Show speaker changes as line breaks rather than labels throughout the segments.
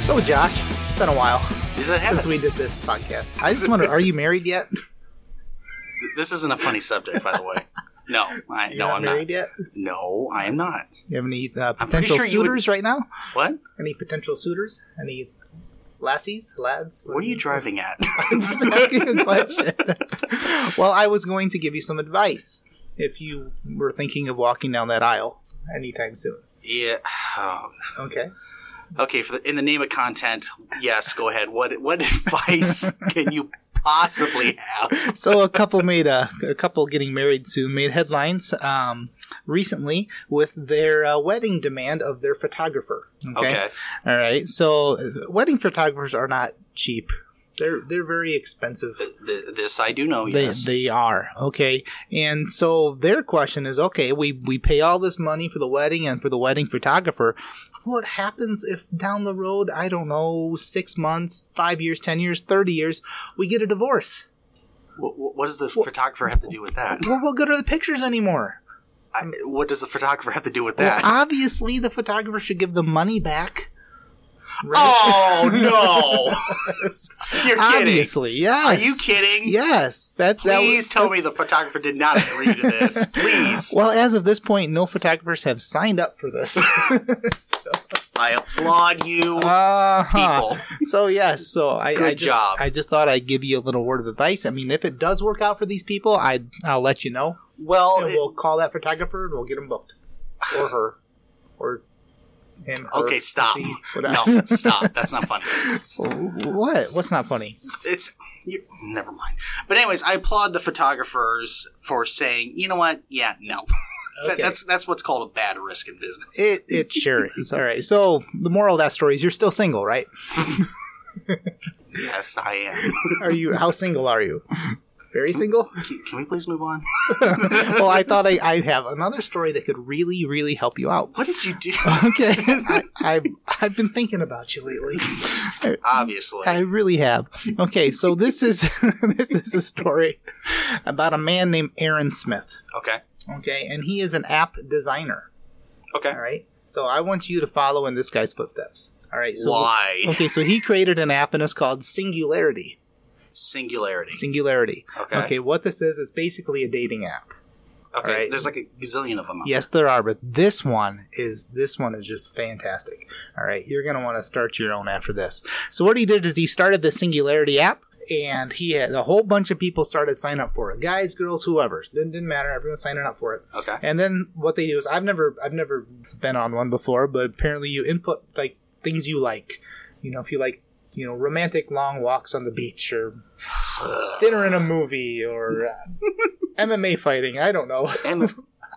So, Josh, it's been a while
Is it
since
happens.
we did this podcast. I just wonder, are you married yet?
This isn't a funny subject, by the way. No, I,
You're
no, I'm
married
not.
yet.
No, I am not.
You have any uh,
pretty
potential
sure you would-
suitors right now?
What?
Any potential suitors? Any lassies, lads?
What are you driving at?
That's a good question. well, I was going to give you some advice if you were thinking of walking down that aisle anytime soon.
yeah. oh.
Okay.
Okay. For the, in the name of content, yes. Go ahead. What What advice can you possibly have?
So a couple made a, a couple getting married soon made headlines um, recently with their uh, wedding demand of their photographer.
Okay.
All right. So uh, wedding photographers are not cheap. They're they're very expensive.
Th- this I do know.
They,
Oh, yes.
they are okay, and so their question is okay. We we pay all this money for the wedding and for the wedding photographer. What happens if down the road, I don't know, six months, five years, ten years, thirty years, we get a divorce?
Wh- wh- what does the photographer have to do with that?
Well, what good are the pictures anymore?
I, what does the photographer have to do with
Well,
that?
obviously, the photographer should give the money back.
oh no! You're kidding.
Obviously, yes.
Are you kidding?
Yes, that's that was-
Please tell me the photographer did not agree to this. Please.
Well, as of this point, no photographers have signed up for this.
I applaud you.
uh-huh.
People.
So yes, so I
Good
I just,
job.
I just thought I'd give you a little word of advice. I mean, if it does work out for these people, I I'll let you know.
well,
and
Oh, it-
we'll call that photographer and we'll get them booked, or her, or him. her,
okay, stop.
she, whatever.
No, stop. That's not funny.
What? What's not funny?
It's you, never mind. But anyways, I applaud the photographers for saying, you know what? Yeah, no. That-
Okay.
that's that's what's called a bad risk in business.
It it sure is. All right. So the moral of that story is you're still single, right?
yes, I am.
Are you? How single are you? Very single.
Can, can we please move on?
well, I thought I, I'd have another story that could really, really help you out.
What did you do?
Okay. I, I've, I've been thinking about you lately.
Obviously.
I really have. Okay, so this is this is a story about a man named Aaron Smith.
okay.
Okay, and he is an app designer.
Okay.
All right. So I want you to follow in this guy's footsteps. All right. So
Why?
Okay, so he created an app and it's called Singularity.
Singularity.
Singularity.
Okay.
Okay, what this is is basically a dating app.
Okay.
right.
There's like a gazillion of them. out
Yes, there are, but this one is this one is just fantastic. All right, you're gonna want to start your own after this. So what he did is he started the Singularity app, and he had a whole bunch of people started signing up for it. Guys, girls, whoever didn't didn't matter. Everyone's signing up for it.
there. Okay.
And then what they do is I've never I've never been on one before, but apparently you input like things you like. You know, if you like you know romantic long walks on the beach or dinner in a movie or uh, MMA fighting. I don't know.
And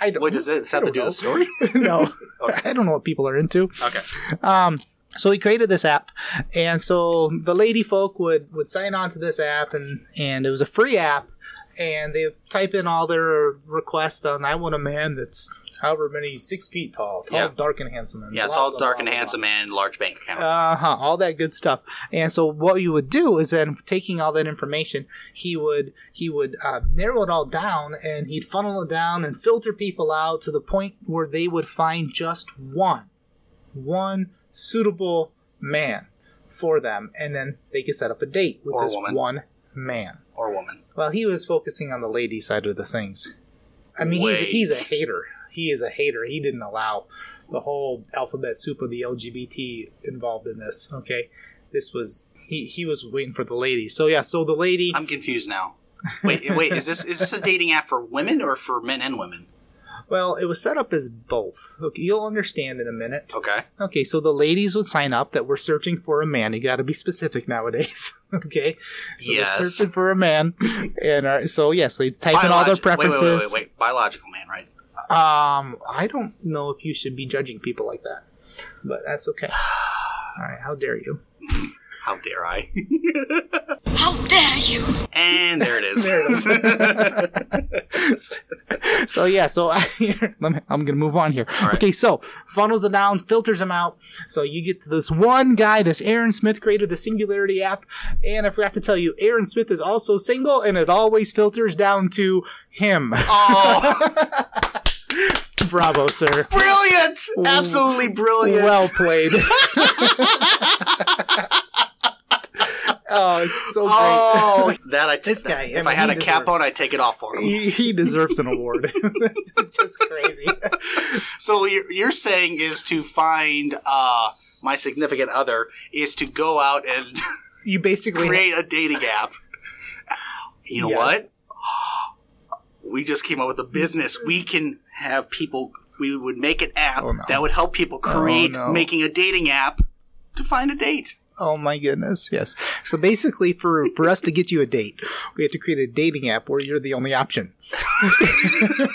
I don't.
Wait, does it have to
don't
do with
know.
the story?
no,
Okay.
I don't know what people are into.
Okay.
Um, so he created this app, and so the lady folk would would sign on to this app, and and it was a free app, and they type in all their requests on I want a man that's however many six feet tall, tall,
Yeah.
dark, and handsome. And
Yeah, it's
blah,
all
blah,
dark
blah,
and
blah, blah.
handsome and large bank account.
Uh huh. All that good stuff. And so what you would do is then taking all that information, he would he would uh, narrow it all down, and he'd funnel it down and filter people out to the point where they would find just one, one suitable man for them, and then they could set up a date with
Or
this
woman.
one man.
or woman.
Well, he was focusing on the lady side of the things. I mean, he's,
Wait.
he's a hater. He is a hater. He didn't allow the whole alphabet soup of the LGBT involved in this. Okay, this was he. He was waiting for the lady. So yeah, so the lady.
I'm confused now. Wait, wait, is this is this a dating app for women or for men and women?
Well, it was set up as both. Okay, you'll understand in a minute.
Okay.
Okay, so the ladies would sign up that we're searching for a man. You got to be specific nowadays. okay, so they're
Yes.
searching for a man, and uh, so yes, they type in all their
Biologi- wait,
preferences.
Wait, wait, wait, wait. Biological man, right?
Um, I don't know if you should be judging people like that, but that's okay. All right, how dare you?
How dare I?
How dare you!
and there it is.
So yeah, so I, let me, I'm gonna move on here.
right.
Okay, so funnels it down, filters them out. So you get to this one guy, this Aaron Smith created the Singularity app, and I forgot to tell you, Aaron Smith is also single, and it always filters down to him.
oh,
Bravo, sir.
brilliant! Absolutely brilliant.
Well played. Oh, it's so great.
Oh, that I took.
This
that.
guy, I
if
mean,
I had
he
a cap
deserves-
on, I'd take it off for him.
He, he deserves an award. it's just crazy.
So what you're, you're saying is to find uh, my significant other is to go out and
You basically
create a dating app. You know
Yes. Mm.
what? We just came up with a business. We can have people. We would make an app
Oh, no.
that would help people create
no.
making a dating app to find a date.
Oh my goodness, yes. So basically, for for us to get you a date, we have to create a dating app where you're the only option.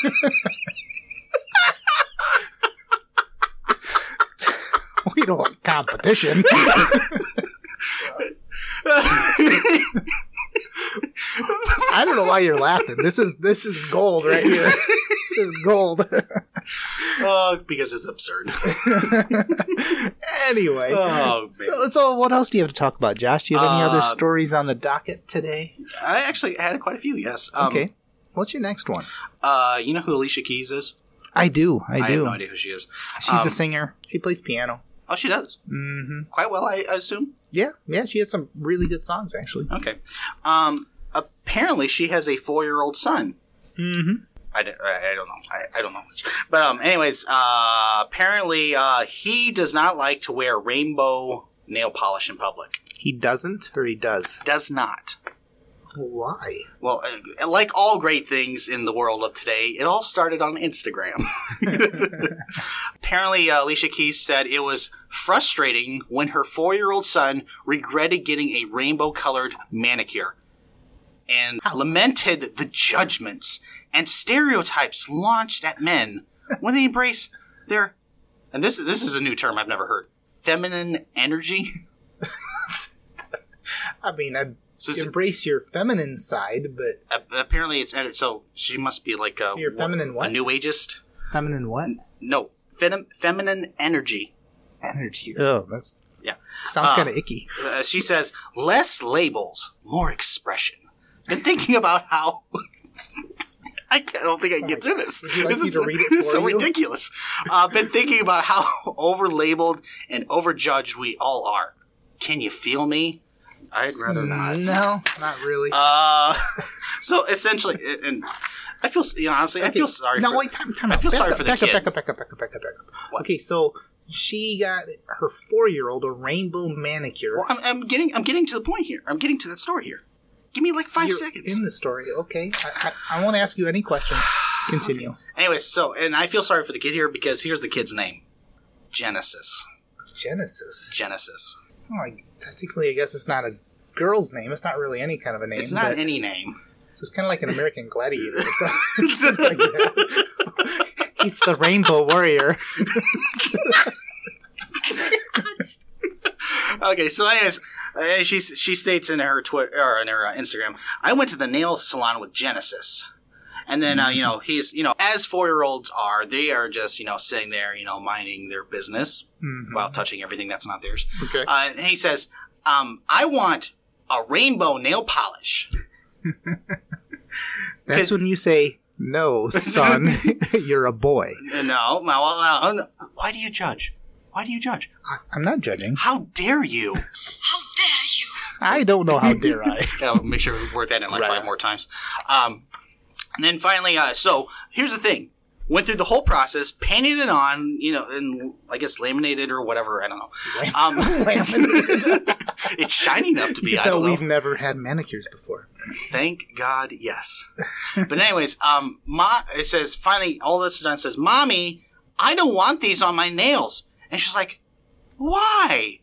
we don't want competition. I don't know why you're laughing. This is this is gold right here. This is gold.
Uh, because it's absurd.
anyway.
oh man!
So, so what else do you have to talk about, Josh? Do you have any other
Uh,
stories on the docket today?
I actually had quite a few. Yes. Um,
Okay. What's your next one?
Uh, you know who Alicia Keys is?
I do. I do.
have no idea who she is.
She's
Um,
a singer. She plays piano.
Oh, she does
hmm
quite well, I, I assume.
Yeah, yeah. She has some really good songs, actually.
Okay. Um, apparently, she has a four-year-old son.
Mm-hmm.
I, d- I- I don't know. I, I don't know. But um, anyways, uh, apparently, uh, he does not like to wear rainbow nail polish in public.
He doesn't, or he does.
Does not.
Why?
Well, uh, like all great things in the world of today, it all started on Instagram. Apparently, uh, Alicia Keys said it was frustrating when her four-year-old son regretted getting a rainbow-colored manicure and lamented the judgments and stereotypes launched at men when they embrace their and this this is a new term I've never heard feminine energy.
I mean, I
So it's-
embrace your feminine side, but
ap- apparently, it's ener- so she must be like a
Your feminine what?
a new ageist.
feminine what?
No, fem- feminine energy.
Energy. Oh, that's
Yeah.
sounds
Uh,
kind of icky.
Uh, she says, less labels, more expression. Been thinking about how. I, can't- I don't think I can get through this.
Would you like
this
me
is
to read it
it's so
for you?
ridiculous. I've been thinking about how over labeled and overjudged we all are. Can you feel me? I'd rather not.
No, not really.
Uh, so essentially, and- and I feel, you know, honestly, I feel sorry.
No,
for,
wait, time, time
I
out.
feel
Back
sorry
up,
for the
back
kid.
Up, back up, back up, back up, back up, back up.
What?
Okay, so she got her four-year-old a rainbow manicure.
Well, I'm, I'm getting, I'm getting to the point here. I'm getting to that story here. Give me like 5
You're
seconds.
in the story. Okay, I, I, I won't ask you any questions. Continue.
Anyway, so and I feel sorry for the kid here because here's the kid's name. Genesis.
Genesis.
Genesis.
Oh, I, technically, I guess it's not a girl's name. It's not really any kind of a name.
It's not
but-
any name.
so it's kind of like an American gladiator. Or something. He's the Rainbow Warrior.
okay, so anyways, uh, she she states in her Twitter or in her uh, Instagram, I went to the nail salon with Genesis. And then uh, you know he's you know as four year olds are they are just you know sitting there you know minding their business while touching everything that's not theirs.
Okay.
Uh, and he says, um, "I want a rainbow nail polish."
That's when you say, "No, son, you're a boy."
No, my, well, uh, why do you judge? Why do you judge?
I, I'm not judging.
How dare you?
How dare you?
I don't know how dare I.
Yeah, I'll make sure we word that in like
Right.
five more times. Um, and then finally, uh, so here's the thing: went through the whole process, painted it on, you know, and I guess laminated or whatever. I don't know. Um, it's shiny enough to be.
You
I
can
don't
tell
know.
we've never had manicures before.
Thank God, yes. But anyways, um, ma, it says finally all this is done. It says, "Mommy, I don't want these on my nails," and she's like, "Why?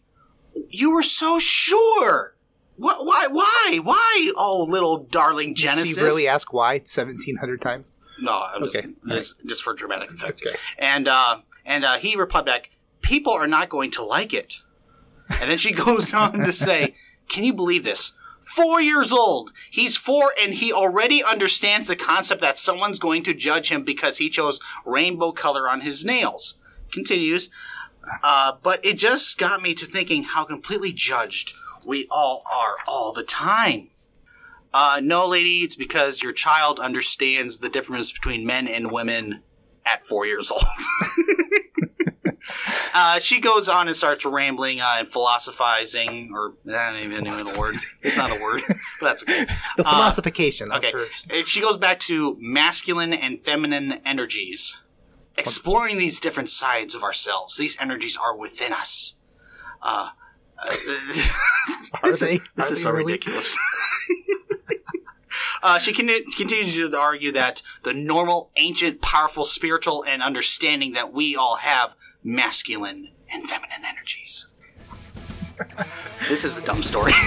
You were so sure. What? Why? Why? Why? Oh, little darling
Did
Genesis.
she really ask why 1,700 times?
no, I'm just,
Okay, all
just, just for dramatic effect.
Okay.
And uh, and uh, he replied back, "People are not going to like it." And then she goes on to say, "Can you believe this? Four years old. He's four, and he already understands the concept that someone's going to judge him because he chose rainbow color on his nails." Continues, uh, but it just got me to thinking how completely judged we all are all the time. Uh, no, lady, it's because your child understands the difference between men and women at four years old. Uh, she goes on and starts rambling uh, and philosophizing, or eh, I don't even know the word. It's not a word, but that's okay.
The philosophication. of
Uh, Okay.
her-
And She goes back to masculine and feminine energies. Exploring these different sides of ourselves. These energies are within us. Uh, uh, this
Are
is-
they-
this
are
is
they
so
really?
ridiculous. Uh, she con- continues to argue that the normal, ancient, powerful, spiritual, and understanding that we all have masculine and feminine energies. this is a dumb story.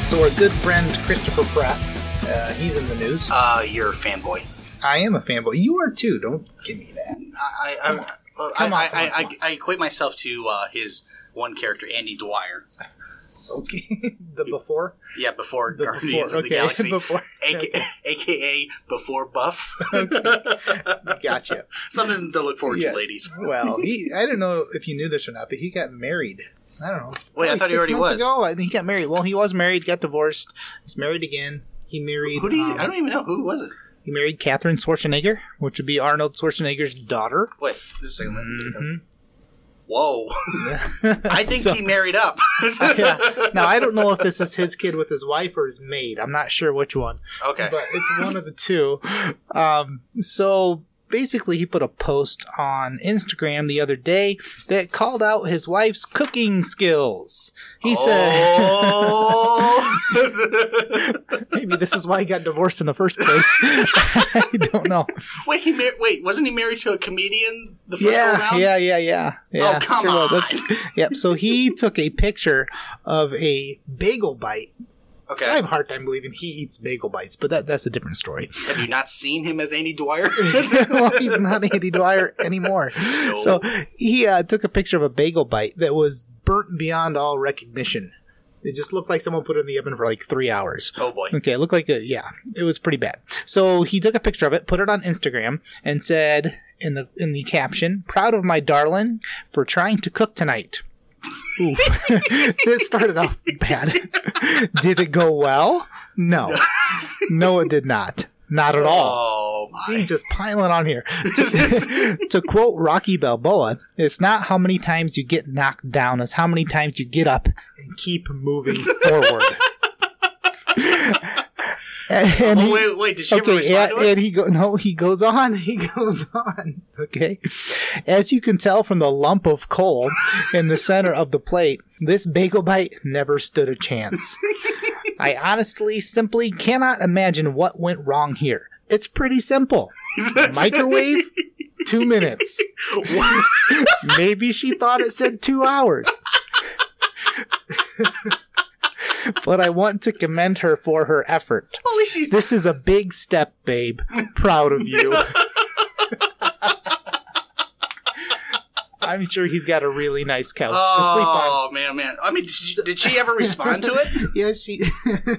So our good friend Christopher Pratt, uh, he's in the news.
uh, you're a fanboy.
I am a fanboy. You are too. Don't give me that.
I, I, I'm- well,
Come on,
I,
come on,
I,
come
I, I equate myself to uh, his one character, Andy Dwyer.
Okay. the before.
Yeah, before
The
Guardians
before,
of
okay,
the Galaxy,
before,
AKA, AKA before Buff.
Gotcha.
Something to look forward
Yes.
to, ladies.
Well, he, I don't know if you knew this or not, but he got married. I don't know.
Wait,
probably
I thought he
six
already
months
was.
Ago, I think he got married. Well, he was married, got divorced. He's married again. He married.
Who do you?
um,
I don't even know who was it.
He married Catherine Schwarzenegger, which would be Arnold Schwarzenegger's daughter.
Wait, just a second. Whoa! I think
mm-hmm. So-
he married up.
yeah. Now I don't know if this is his kid with his wife or his maid. I'm not sure which one.
okay.
but it's one of the two. Um, so basically, he put a post on Instagram the other day that called out his wife's cooking skills. He
Oh.
said, "Maybe this is why he got divorced in the first place." I don't know.
wait, he mar- wait. Wasn't he married to a comedian? The first go
Yeah,
round?
yeah, yeah, yeah, yeah.
Oh, come
will.
on.
That's- yep. So he took a picture of a bagel bite.
Okay.
I have a hard time believing he eats bagel bites, but that, that's a different story.
Have you not seen him as Andy Dwyer?
well, he's not Andy Dwyer anymore. So he uh, took a picture of a bagel bite that was burnt beyond all recognition. It just looked like someone put it in the oven for like three hours.
oh boy.
Okay, it looked like a yeah, it was pretty bad. So he took a picture of it, put it on Instagram, and said in the in the caption, "Proud of my darling for trying to cook tonight." Oof. this started off bad. did it go well? No, no, it did not. Not at all.
Oh my.
He's just piling on here. to, to quote Rocky Balboa, it's not how many times you get knocked down, it's how many times you get up and keep moving forward. and, and
Oh,
he-
wait, wait, did she ever
okay,
respond
and,
to it?
and he go no, he goes on, he goes on. Okay, as you can tell from the lump of coal in the center of the plate, this bagel bite never stood a chance. I honestly, simply cannot imagine what went wrong here. It's pretty simple. Microwave, two minutes.
What?
Maybe she thought it said two hours. but I want to commend her for her effort.
Well, at least she's
This is a big step, babe. Proud of you. I'm sure he's got a really nice couch
Oh man, man. I mean, did she, did she ever respond to
to sleep
it?
on. Yes, she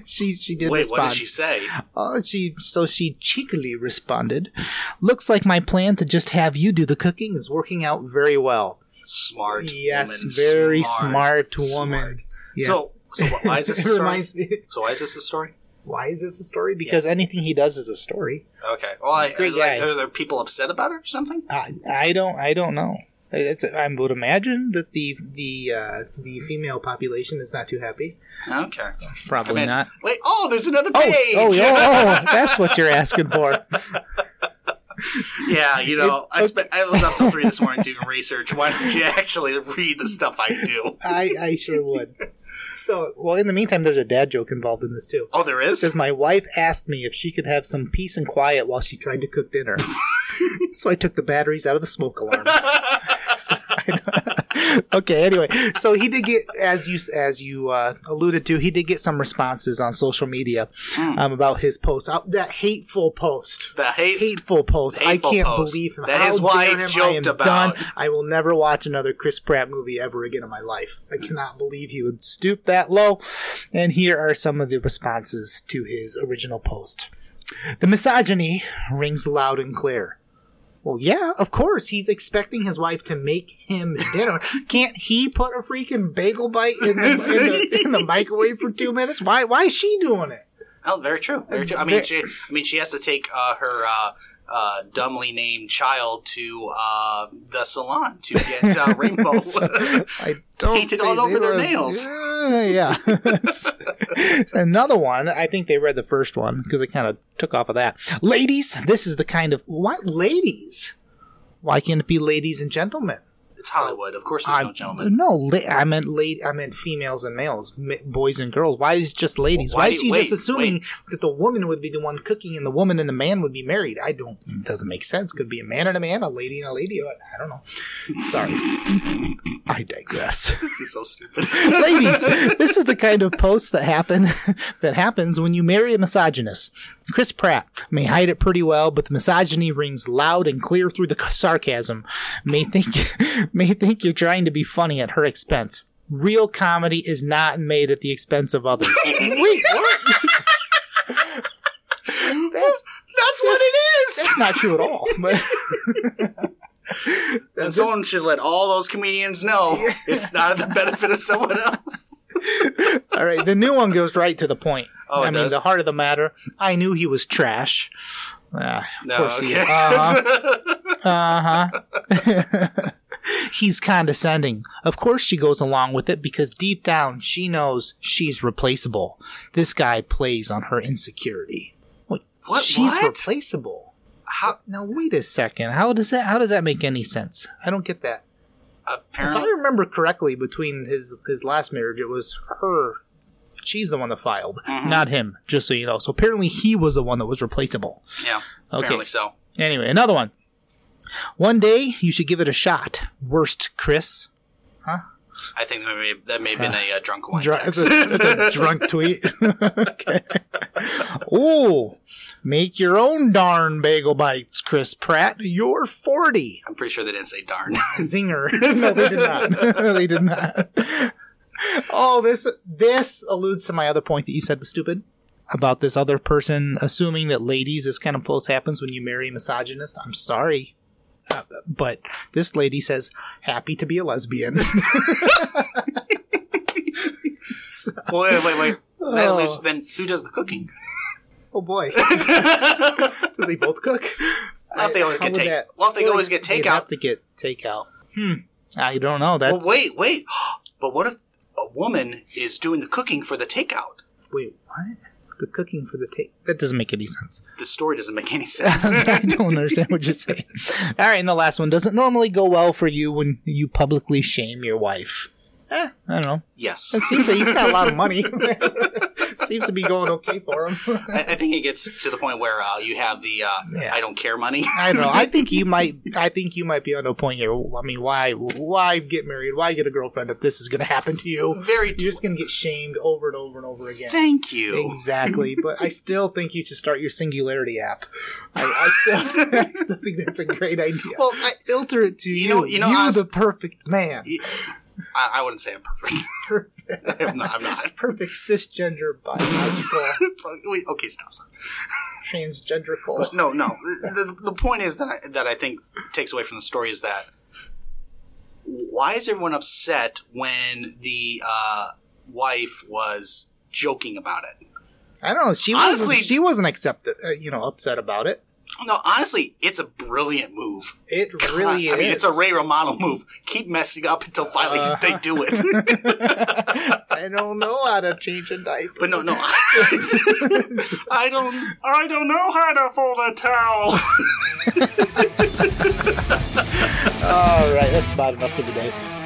she she did
Wait,
respond.
what did she say?
Oh, she so she cheekily responded. Looks like my plan to just have you do the cooking is working out very well.
Smart.
Yes,
woman.
very smart, woman.
Smart.
Yeah.
So, so what, why is this a
it
story?
reminds me.
so why is this a story?
Why is this a story? Because anything he does is a story.
Okay. Well, I,
Great
like,
guy.
are there people upset about it or something?
I, I don't I don't know. It's, I would imagine that the the uh, the female population is not too happy.
Okay.
Probably
Man,
not.
Wait. Oh, there's another
Oh,
page.
oh, oh, oh, that's what you're asking for.
yeah. You know, I
okay.
spent I was up till three this morning doing research. Why don't you actually read the stuff I do?
I, I sure would. So, well, in the meantime, there's a dad joke involved in this too.
Oh, there is.
Because my wife asked me if she could have some peace and quiet while she tried to cook dinner. so I took the batteries out of the smoke alarm. okay, anyway, so he did get as you as you uh, alluded to, he did get some responses on social media um, about his post, uh, that hateful post.
the hate.
Hateful post.
Hateful
I can't
post.
believe him.
That
How
his
dare
wife
him. I
joked
am
about.
Done. I will never watch another Chris Pratt movie ever again in my life. I cannot believe he would stoop that low. And here are some of the responses to his original post. The misogyny rings loud and clear. Well, yeah, of course. He's expecting his wife to make him dinner. Can't he put a freaking bagel bite in the, in the, in the microwave for two minutes? Why? Why is she doing it?
Oh, very true. Very true. I mean, she, I mean, she has to take uh, her uh, uh, dumbly named child to uh, the salon to get uh, rainbows.
I don't
Painted
think
all over
they
their
were-
nails.
Yeah, yeah. Another one. I think they read the first one because they kind of took off of that. Ladies, this is the kind of what ladies? Why can't it be ladies and gentlemen?
it's Hollywood, of course. There's
I-
no gentlemen.
No, la- I meant late. I meant females and males, m- boys and girls. Why is it just ladies?
Why
Why,
do-
is she
wait,
just assuming
wait.
that the woman would be the one cooking and the woman and the man would be married? I don't. It doesn't make sense. Could be a man and a man, a lady and a lady. I I don't know. Sorry, I digress.
This is so stupid.
ladies this is the kind of post that happen that happens when you marry a misogynist chris pratt may hide it pretty well but the misogyny rings loud and clear through the sarcasm may think may think you're trying to be funny at her expense real comedy is not made at the expense of others wait what that's,
That's what it is.
that's not true at all but
And someone should let all those comedians know it's not at the benefit of someone else.
All right, the new one goes right to the point.
Oh, it
I mean,
does?
the heart of the matter. I knew he was trash. Ah, of
No,
course he
okay.
is. Uh-huh. Uh-huh. He's condescending. Of course she goes along with it because deep down she knows she's replaceable. This guy plays on her insecurity. Wait,
What-
She's
what?
replaceable. How, now wait a second. How does that how does that make any sense? I don't get that. If I
Apparently,
remember correctly, between his his last marriage, it was her. She's the one that filed,
Mm-hmm.
not him. Just so you know. So apparently, he was the one that was replaceable.
yeah. Apparently so.
Anyway, another one. One day you should give it a shot. Worst, Chris.
I think that may, that may have been a uh, drunk wine
Dr-
text.
it's, a, it's a drunk tweet. okay. Ooh, make your own darn bagel bites, Chris Pratt. You're forty.
I'm pretty sure they didn't say darn.
zinger. no, they did not. they did not. Oh, this this alludes to my other point that you said was stupid about this other person assuming that ladies this kind of post happens when you marry a misogynist. I'm sorry, uh, but this lady says happy to be a lesbian.
well, wait, wait, wait. That
Oh.
leaves- then who does the cooking?
oh boy,
well,
do they both cook?
if they always
How
get
would
take-
that-
well, if they always get
they'd
takeout.
have to get takeout. Hmm. I don't know. That's
wait, wait. But what if a woman is doing the cooking for the takeout?
wait. What? The cooking for the take that doesn't make any sense.
The story doesn't make any sense.
I don't understand what you're saying. All right, and the last one doesn't normally go well for you when you publicly shame your wife. Eh, I don't know.
yes.
It seems that he's got a lot of money. seems to be going okay for him.
I, I think it gets to the point where uh, you have the uh,
Yeah.
I don't care money.
I don't know. I think you might. I think you might be on a point here. I mean, why? Why get married? Why get a girlfriend if this is going to happen to you?
Very
You're just going to get shamed over and over and over again.
Thank you.
Exactly, but I still think you should start your Singularity app. I, I, still, I still think that's a great idea.
Well, I,
filter it to you.
You
You
know- you know, I was-
the perfect man,
I, I wouldn't say I'm perfect. I'm not. I'm not.
perfect cisgender, biological,
Wait, okay, stop, stop.
transgenderical.
No, no. The, the point is that I, that I think takes away from the story is that why is everyone upset when the uh, wife was joking about it?
I don't know. She
Honestly-
wasn't, she wasn't accepted. Uh, you know, upset about it.
No, honestly, it's a brilliant move.
It really
I
is. Uh.
mean, it's a Ray Romano move. Keep messing up until finally they do it.
I don't know how to change a diaper.
But no, no. I don't. I don't know how to fold a towel.
All right, that's about enough for the day.